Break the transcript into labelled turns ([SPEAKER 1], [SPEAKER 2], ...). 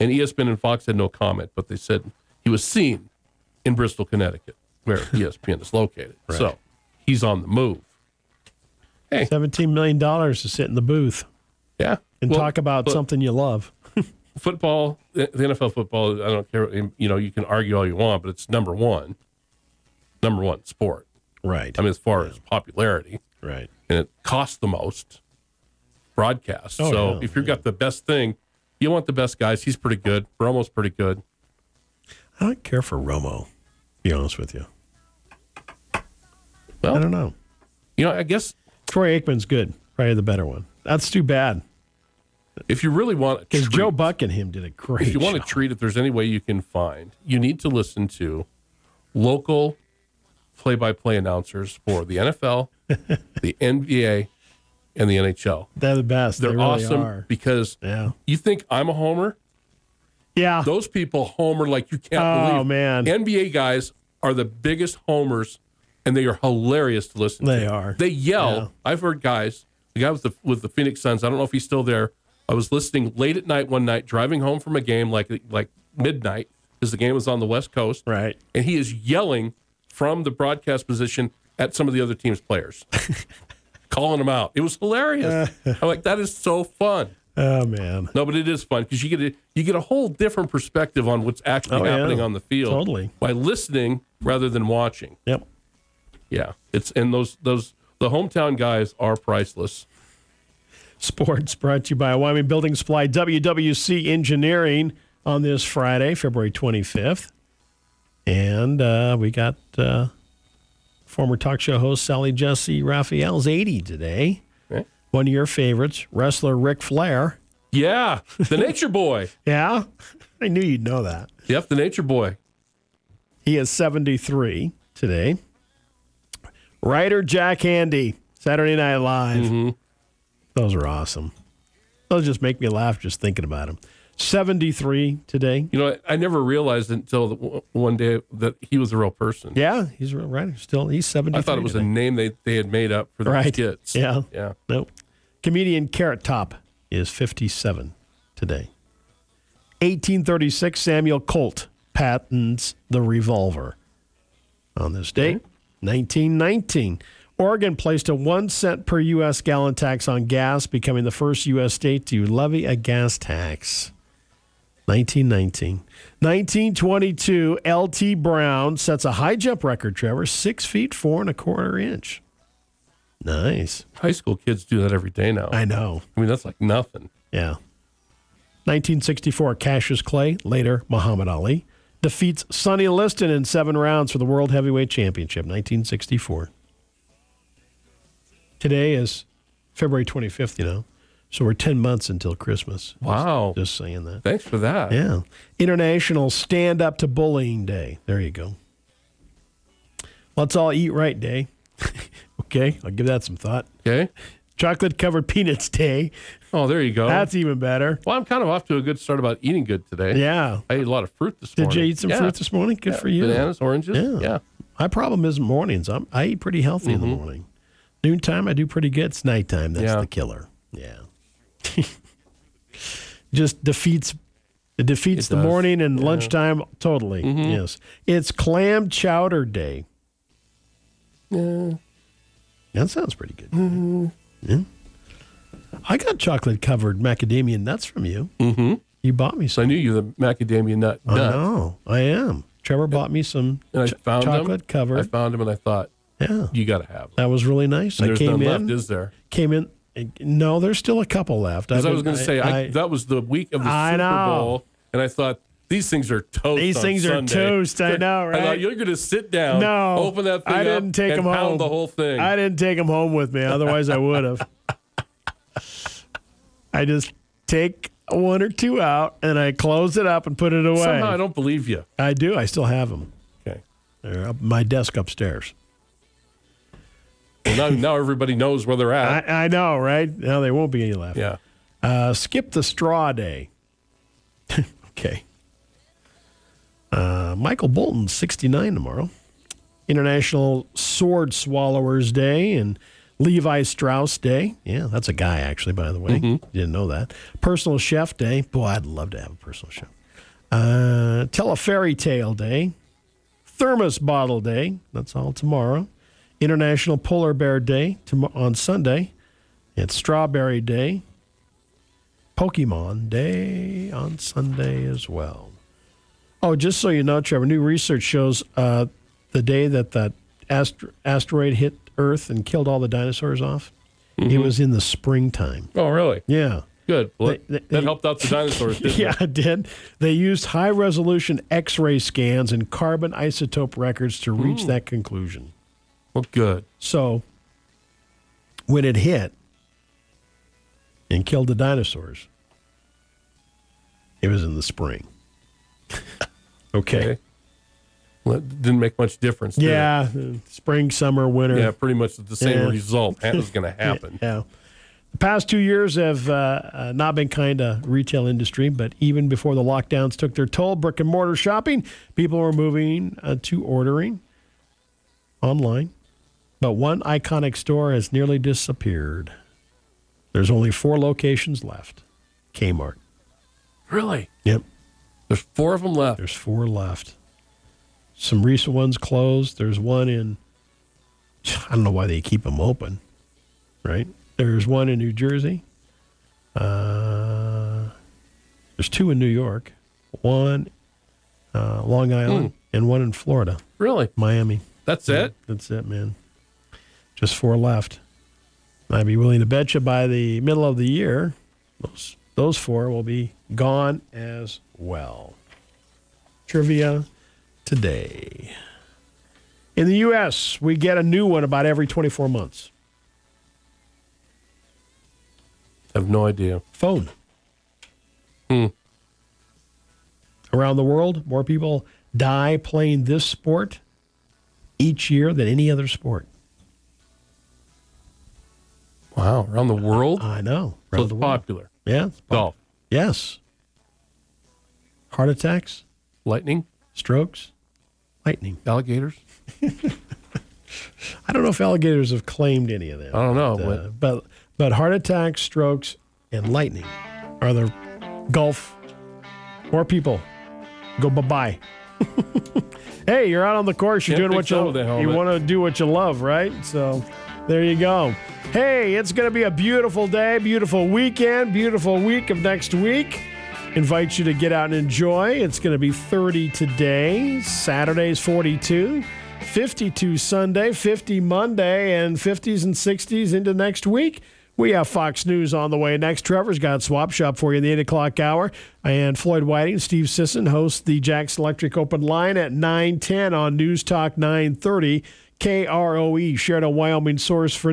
[SPEAKER 1] And E ESPN and Fox had no comment, but they said he was seen in Bristol, Connecticut, where E ESPN is located. So he's on the move.
[SPEAKER 2] Seventeen million dollars to sit in the booth
[SPEAKER 1] Yeah.
[SPEAKER 2] and
[SPEAKER 1] Well,
[SPEAKER 2] talk about
[SPEAKER 1] but
[SPEAKER 2] something you love.
[SPEAKER 1] Football, the the NFL football, I don't care. You know, you can argue all you want, but it's number one, number one sport.
[SPEAKER 2] Right.
[SPEAKER 1] I mean, as far as popularity,
[SPEAKER 2] right.
[SPEAKER 1] and it costs the most broadcast.
[SPEAKER 2] Oh,
[SPEAKER 1] so
[SPEAKER 2] yeah,
[SPEAKER 1] if you've got the best thing, you want the best guys. He's pretty good. Romo's pretty good.
[SPEAKER 2] I don't care for Romo. to Be honest with you.
[SPEAKER 1] Well-
[SPEAKER 2] I don't know.
[SPEAKER 1] You know, I guess
[SPEAKER 2] Troy Aikman's good. Probably the better one. That's too bad
[SPEAKER 1] if you really want a
[SPEAKER 2] because
[SPEAKER 1] treat-
[SPEAKER 2] Joe Buck and him did a great.
[SPEAKER 1] if you want to
[SPEAKER 2] job.
[SPEAKER 1] treat, if there's any way you can find, you need to listen to local play-by-play announcers for the NFL, the NBA, and the NHL.
[SPEAKER 2] they're the best.
[SPEAKER 1] They're
[SPEAKER 2] They really
[SPEAKER 1] awesome
[SPEAKER 2] Are.
[SPEAKER 1] because
[SPEAKER 2] Yeah.
[SPEAKER 1] you think I'm a homer.
[SPEAKER 2] Yeah.
[SPEAKER 1] Those people homer like you can't
[SPEAKER 2] Oh,
[SPEAKER 1] believe.
[SPEAKER 2] man.
[SPEAKER 1] NBA guys are the biggest homers, and they are hilarious to listen to.
[SPEAKER 2] They are.
[SPEAKER 1] They yell.
[SPEAKER 2] Yeah.
[SPEAKER 1] I've heard guys. The guy with the with the Phoenix Suns. I don't know if he's still there. I was listening late at night one night, driving home from a game like like midnight, because the game was on the West Coast.
[SPEAKER 2] Right.
[SPEAKER 1] And he is yelling from the broadcast position at some of the other team's players, calling them out. It was hilarious. I'm like, that is so fun.
[SPEAKER 2] Oh man.
[SPEAKER 1] No, but it is fun because you get a, you get a whole different perspective on what's actually
[SPEAKER 2] Oh, yeah.
[SPEAKER 1] happening on the field
[SPEAKER 2] Totally.
[SPEAKER 1] by listening rather than watching.
[SPEAKER 2] Yep.
[SPEAKER 1] Yeah, it's and those those the hometown guys are priceless.
[SPEAKER 2] Sports brought to you by Wyoming Building Supply, WWC Engineering, on this Friday, February 25th. And uh, we got uh, former talk show host Sally Jesse Raphael's 80 today.
[SPEAKER 1] Yeah.
[SPEAKER 2] One of your favorites, wrestler Ric Flair.
[SPEAKER 1] Yeah, the Nature Boy.
[SPEAKER 2] Yeah, I knew you'd know that.
[SPEAKER 1] Yep, the Nature Boy.
[SPEAKER 2] He is 73 today. Writer Jack Handy, Saturday Night Live.
[SPEAKER 1] Mm-hmm.
[SPEAKER 2] Those are awesome. Those just make me laugh just thinking about him. 73 today.
[SPEAKER 1] You know, I, I never realized until the, w- one day that he was a real person.
[SPEAKER 2] Yeah, he's a real writer still. He's 73.
[SPEAKER 1] I thought it was a
[SPEAKER 2] today.
[SPEAKER 1] name they, they had made up for the
[SPEAKER 2] Right.
[SPEAKER 1] kids.
[SPEAKER 2] Yeah.
[SPEAKER 1] yeah.
[SPEAKER 2] Nope. Comedian Carrot Top is 57 today. 1836, Samuel Colt patents the revolver. On this date, 1919, Oregon placed a one cent per U.S. gallon tax on gas, becoming the first U.S. state to levy a gas tax. 1919. 1922, L.T. Brown sets a high jump record, Trevor, six feet, four and a quarter inch. Nice.
[SPEAKER 1] High school kids do that every day now. I,
[SPEAKER 2] I know.
[SPEAKER 1] mean, that's like nothing.
[SPEAKER 2] Yeah. 1964, Cassius Clay, later Muhammad Ali, defeats Sonny Liston in seven rounds for the World Heavyweight Championship, 1964. Today is February 25th, you know, so we're 10 months until Christmas.
[SPEAKER 1] Wow.
[SPEAKER 2] Just saying that.
[SPEAKER 1] Thanks for that.
[SPEAKER 2] Yeah. International Stand Up to Bullying Day. There you go. Let's all eat right day. okay, I'll give that some thought.
[SPEAKER 1] Okay.
[SPEAKER 2] Chocolate covered peanuts day.
[SPEAKER 1] Oh, there you go.
[SPEAKER 2] That's even better.
[SPEAKER 1] Well, I'm kind of off to a good start about eating good today.
[SPEAKER 2] Yeah.
[SPEAKER 1] I ate a lot of fruit this
[SPEAKER 2] Did
[SPEAKER 1] morning.
[SPEAKER 2] you eat some
[SPEAKER 1] Yeah.
[SPEAKER 2] fruit this morning? Good
[SPEAKER 1] Yeah,
[SPEAKER 2] for you.
[SPEAKER 1] Bananas, oranges.
[SPEAKER 2] Yeah.
[SPEAKER 1] Yeah.
[SPEAKER 2] My problem isn't mornings. I'm, I eat pretty healthy in the morning. Noontime, I do pretty good. It's nighttime. That's
[SPEAKER 1] Mm-hmm. Yeah.
[SPEAKER 2] the killer. Yeah. Just defeats. It defeats
[SPEAKER 1] It
[SPEAKER 2] the
[SPEAKER 1] does. Mm-hmm.
[SPEAKER 2] morning and lunchtime totally. Yes. It's clam chowder day. That sounds pretty good.
[SPEAKER 1] Mm-hmm.
[SPEAKER 2] Yeah. I got chocolate covered macadamia nuts from you. Mm-hmm. You bought me
[SPEAKER 1] So
[SPEAKER 2] some.
[SPEAKER 1] I knew you the macadamia nut
[SPEAKER 2] I
[SPEAKER 1] nut,
[SPEAKER 2] know. I am. Trevor bought me some
[SPEAKER 1] and I
[SPEAKER 2] ch-
[SPEAKER 1] found them.
[SPEAKER 2] chocolate covered.
[SPEAKER 1] I found them, and I thought
[SPEAKER 2] yeah,
[SPEAKER 1] you got to have them.
[SPEAKER 2] that was really nice. I
[SPEAKER 1] There's
[SPEAKER 2] came
[SPEAKER 1] none
[SPEAKER 2] in.
[SPEAKER 1] left, is there?
[SPEAKER 2] came in. No, there's still a couple left.
[SPEAKER 1] Because I
[SPEAKER 2] I've
[SPEAKER 1] was
[SPEAKER 2] been-
[SPEAKER 1] going to say I, that was the week of the
[SPEAKER 2] I
[SPEAKER 1] Super
[SPEAKER 2] know.
[SPEAKER 1] Bowl, and I thought these things are toast.
[SPEAKER 2] These
[SPEAKER 1] on
[SPEAKER 2] things are
[SPEAKER 1] Sunday."
[SPEAKER 2] toast, I know,
[SPEAKER 1] I
[SPEAKER 2] right?
[SPEAKER 1] thought you're going to sit down,
[SPEAKER 2] no,
[SPEAKER 1] open that thing
[SPEAKER 2] I
[SPEAKER 1] up,
[SPEAKER 2] didn't take
[SPEAKER 1] and
[SPEAKER 2] them
[SPEAKER 1] pound
[SPEAKER 2] home.
[SPEAKER 1] the whole thing.
[SPEAKER 2] I didn't take them home with me. Otherwise, I would have. I just take one or two out and I close it up and put it away.
[SPEAKER 1] Somehow I don't believe you.
[SPEAKER 2] I do. I still have them.
[SPEAKER 1] Okay.
[SPEAKER 2] They're up my desk upstairs.
[SPEAKER 1] Well, now, now everybody knows where they're at.
[SPEAKER 2] I, I know, right? Now there won't be any left.
[SPEAKER 1] yeah.
[SPEAKER 2] Uh, skip the straw day. okay. Uh, Michael Bolton's 69 tomorrow. International Sword Swallowers Day and Levi Strauss Day. Yeah, that's a guy, actually, by the way. Didn't know that. Personal Chef Day. Boy, I'd love to have a personal chef. Uh, Tell a Fairy Tale Day. Thermos Bottle Day. That's all tomorrow. International Polar Bear Day tom- on Sunday. It's Strawberry Day. Pokemon Day on Sunday as well. Oh, just so you know, Trevor, new research shows uh, the day that that astro- asteroid hit Earth and killed all the dinosaurs off, it was in the springtime.
[SPEAKER 1] Oh, really?
[SPEAKER 2] Yeah.
[SPEAKER 1] Good. Well,
[SPEAKER 2] They- they-
[SPEAKER 1] that helped out the dinosaurs, didn't
[SPEAKER 2] Yeah,
[SPEAKER 1] it?
[SPEAKER 2] it did. They used high resolution X ray scans and carbon isotope records to reach that conclusion.
[SPEAKER 1] Well, good.
[SPEAKER 2] So when it hit and killed the dinosaurs, it was in the spring.
[SPEAKER 1] Okay. Well, it didn't make much difference. did it?
[SPEAKER 2] Yeah, uh, spring, summer, winter.
[SPEAKER 1] Yeah, pretty much the same
[SPEAKER 2] Yeah.
[SPEAKER 1] result that was going to happen.
[SPEAKER 2] Yeah. The past two years have uh, uh, not been kind to retail industry, but even before the lockdowns took their toll, brick and mortar shopping, people were moving uh, to ordering online. But one iconic store has nearly disappeared. There's only four locations left. Kmart.
[SPEAKER 1] Really?
[SPEAKER 2] Yep.
[SPEAKER 1] There's four of them left.
[SPEAKER 2] There's four left. Some recent ones closed. There's one in, I don't know why they keep them open, right? There's one in New Jersey. Uh, there's two in New York, one uh, Long Island, and one in Florida,
[SPEAKER 1] Really?
[SPEAKER 2] Miami.
[SPEAKER 1] That's it?
[SPEAKER 2] That's it, man. Just four left. I'd be willing to bet you by the middle of the year, those those four will be gone as well. Trivia today. In the U.S., we get a new one about every 24 months.
[SPEAKER 1] I have no idea.
[SPEAKER 2] Phone.
[SPEAKER 1] Hmm.
[SPEAKER 2] Around the world, more people die playing this sport each year than any other sport.
[SPEAKER 1] Wow. Around the world?
[SPEAKER 2] I know.
[SPEAKER 1] so
[SPEAKER 2] Around
[SPEAKER 1] it's
[SPEAKER 2] the world.
[SPEAKER 1] popular.
[SPEAKER 2] Yeah.
[SPEAKER 1] Golf.
[SPEAKER 2] Yes. Heart attacks,
[SPEAKER 1] Lightning?
[SPEAKER 2] strokes, lightning.
[SPEAKER 1] Alligators?
[SPEAKER 2] I don't know if alligators have claimed any of that.
[SPEAKER 1] I don't know.
[SPEAKER 2] but, uh,
[SPEAKER 1] What-
[SPEAKER 2] but but heart attacks, strokes, and lightning are the golf. More people go bye bye. hey, you're out on the course. You're
[SPEAKER 1] Can't
[SPEAKER 2] doing
[SPEAKER 1] fix
[SPEAKER 2] what
[SPEAKER 1] that
[SPEAKER 2] you
[SPEAKER 1] with a
[SPEAKER 2] you
[SPEAKER 1] helmet.
[SPEAKER 2] want to do what you love, right? So there you go. Hey, it's going to be a beautiful day, beautiful weekend, beautiful week of next week. Invite you to get out and enjoy. It's going to be 30 today. Saturday's 42, 52 Sunday, 50 Monday, and 50s and 60s into next week. We have Fox News on the way next. Trevor's got Swap Shop for you in the 8 o'clock hour. And Floyd Whiting and Steve Sisson host the Jackson Electric Open Line at 910 on News Talk 930 KROE, Sheridan, E, Wyoming source for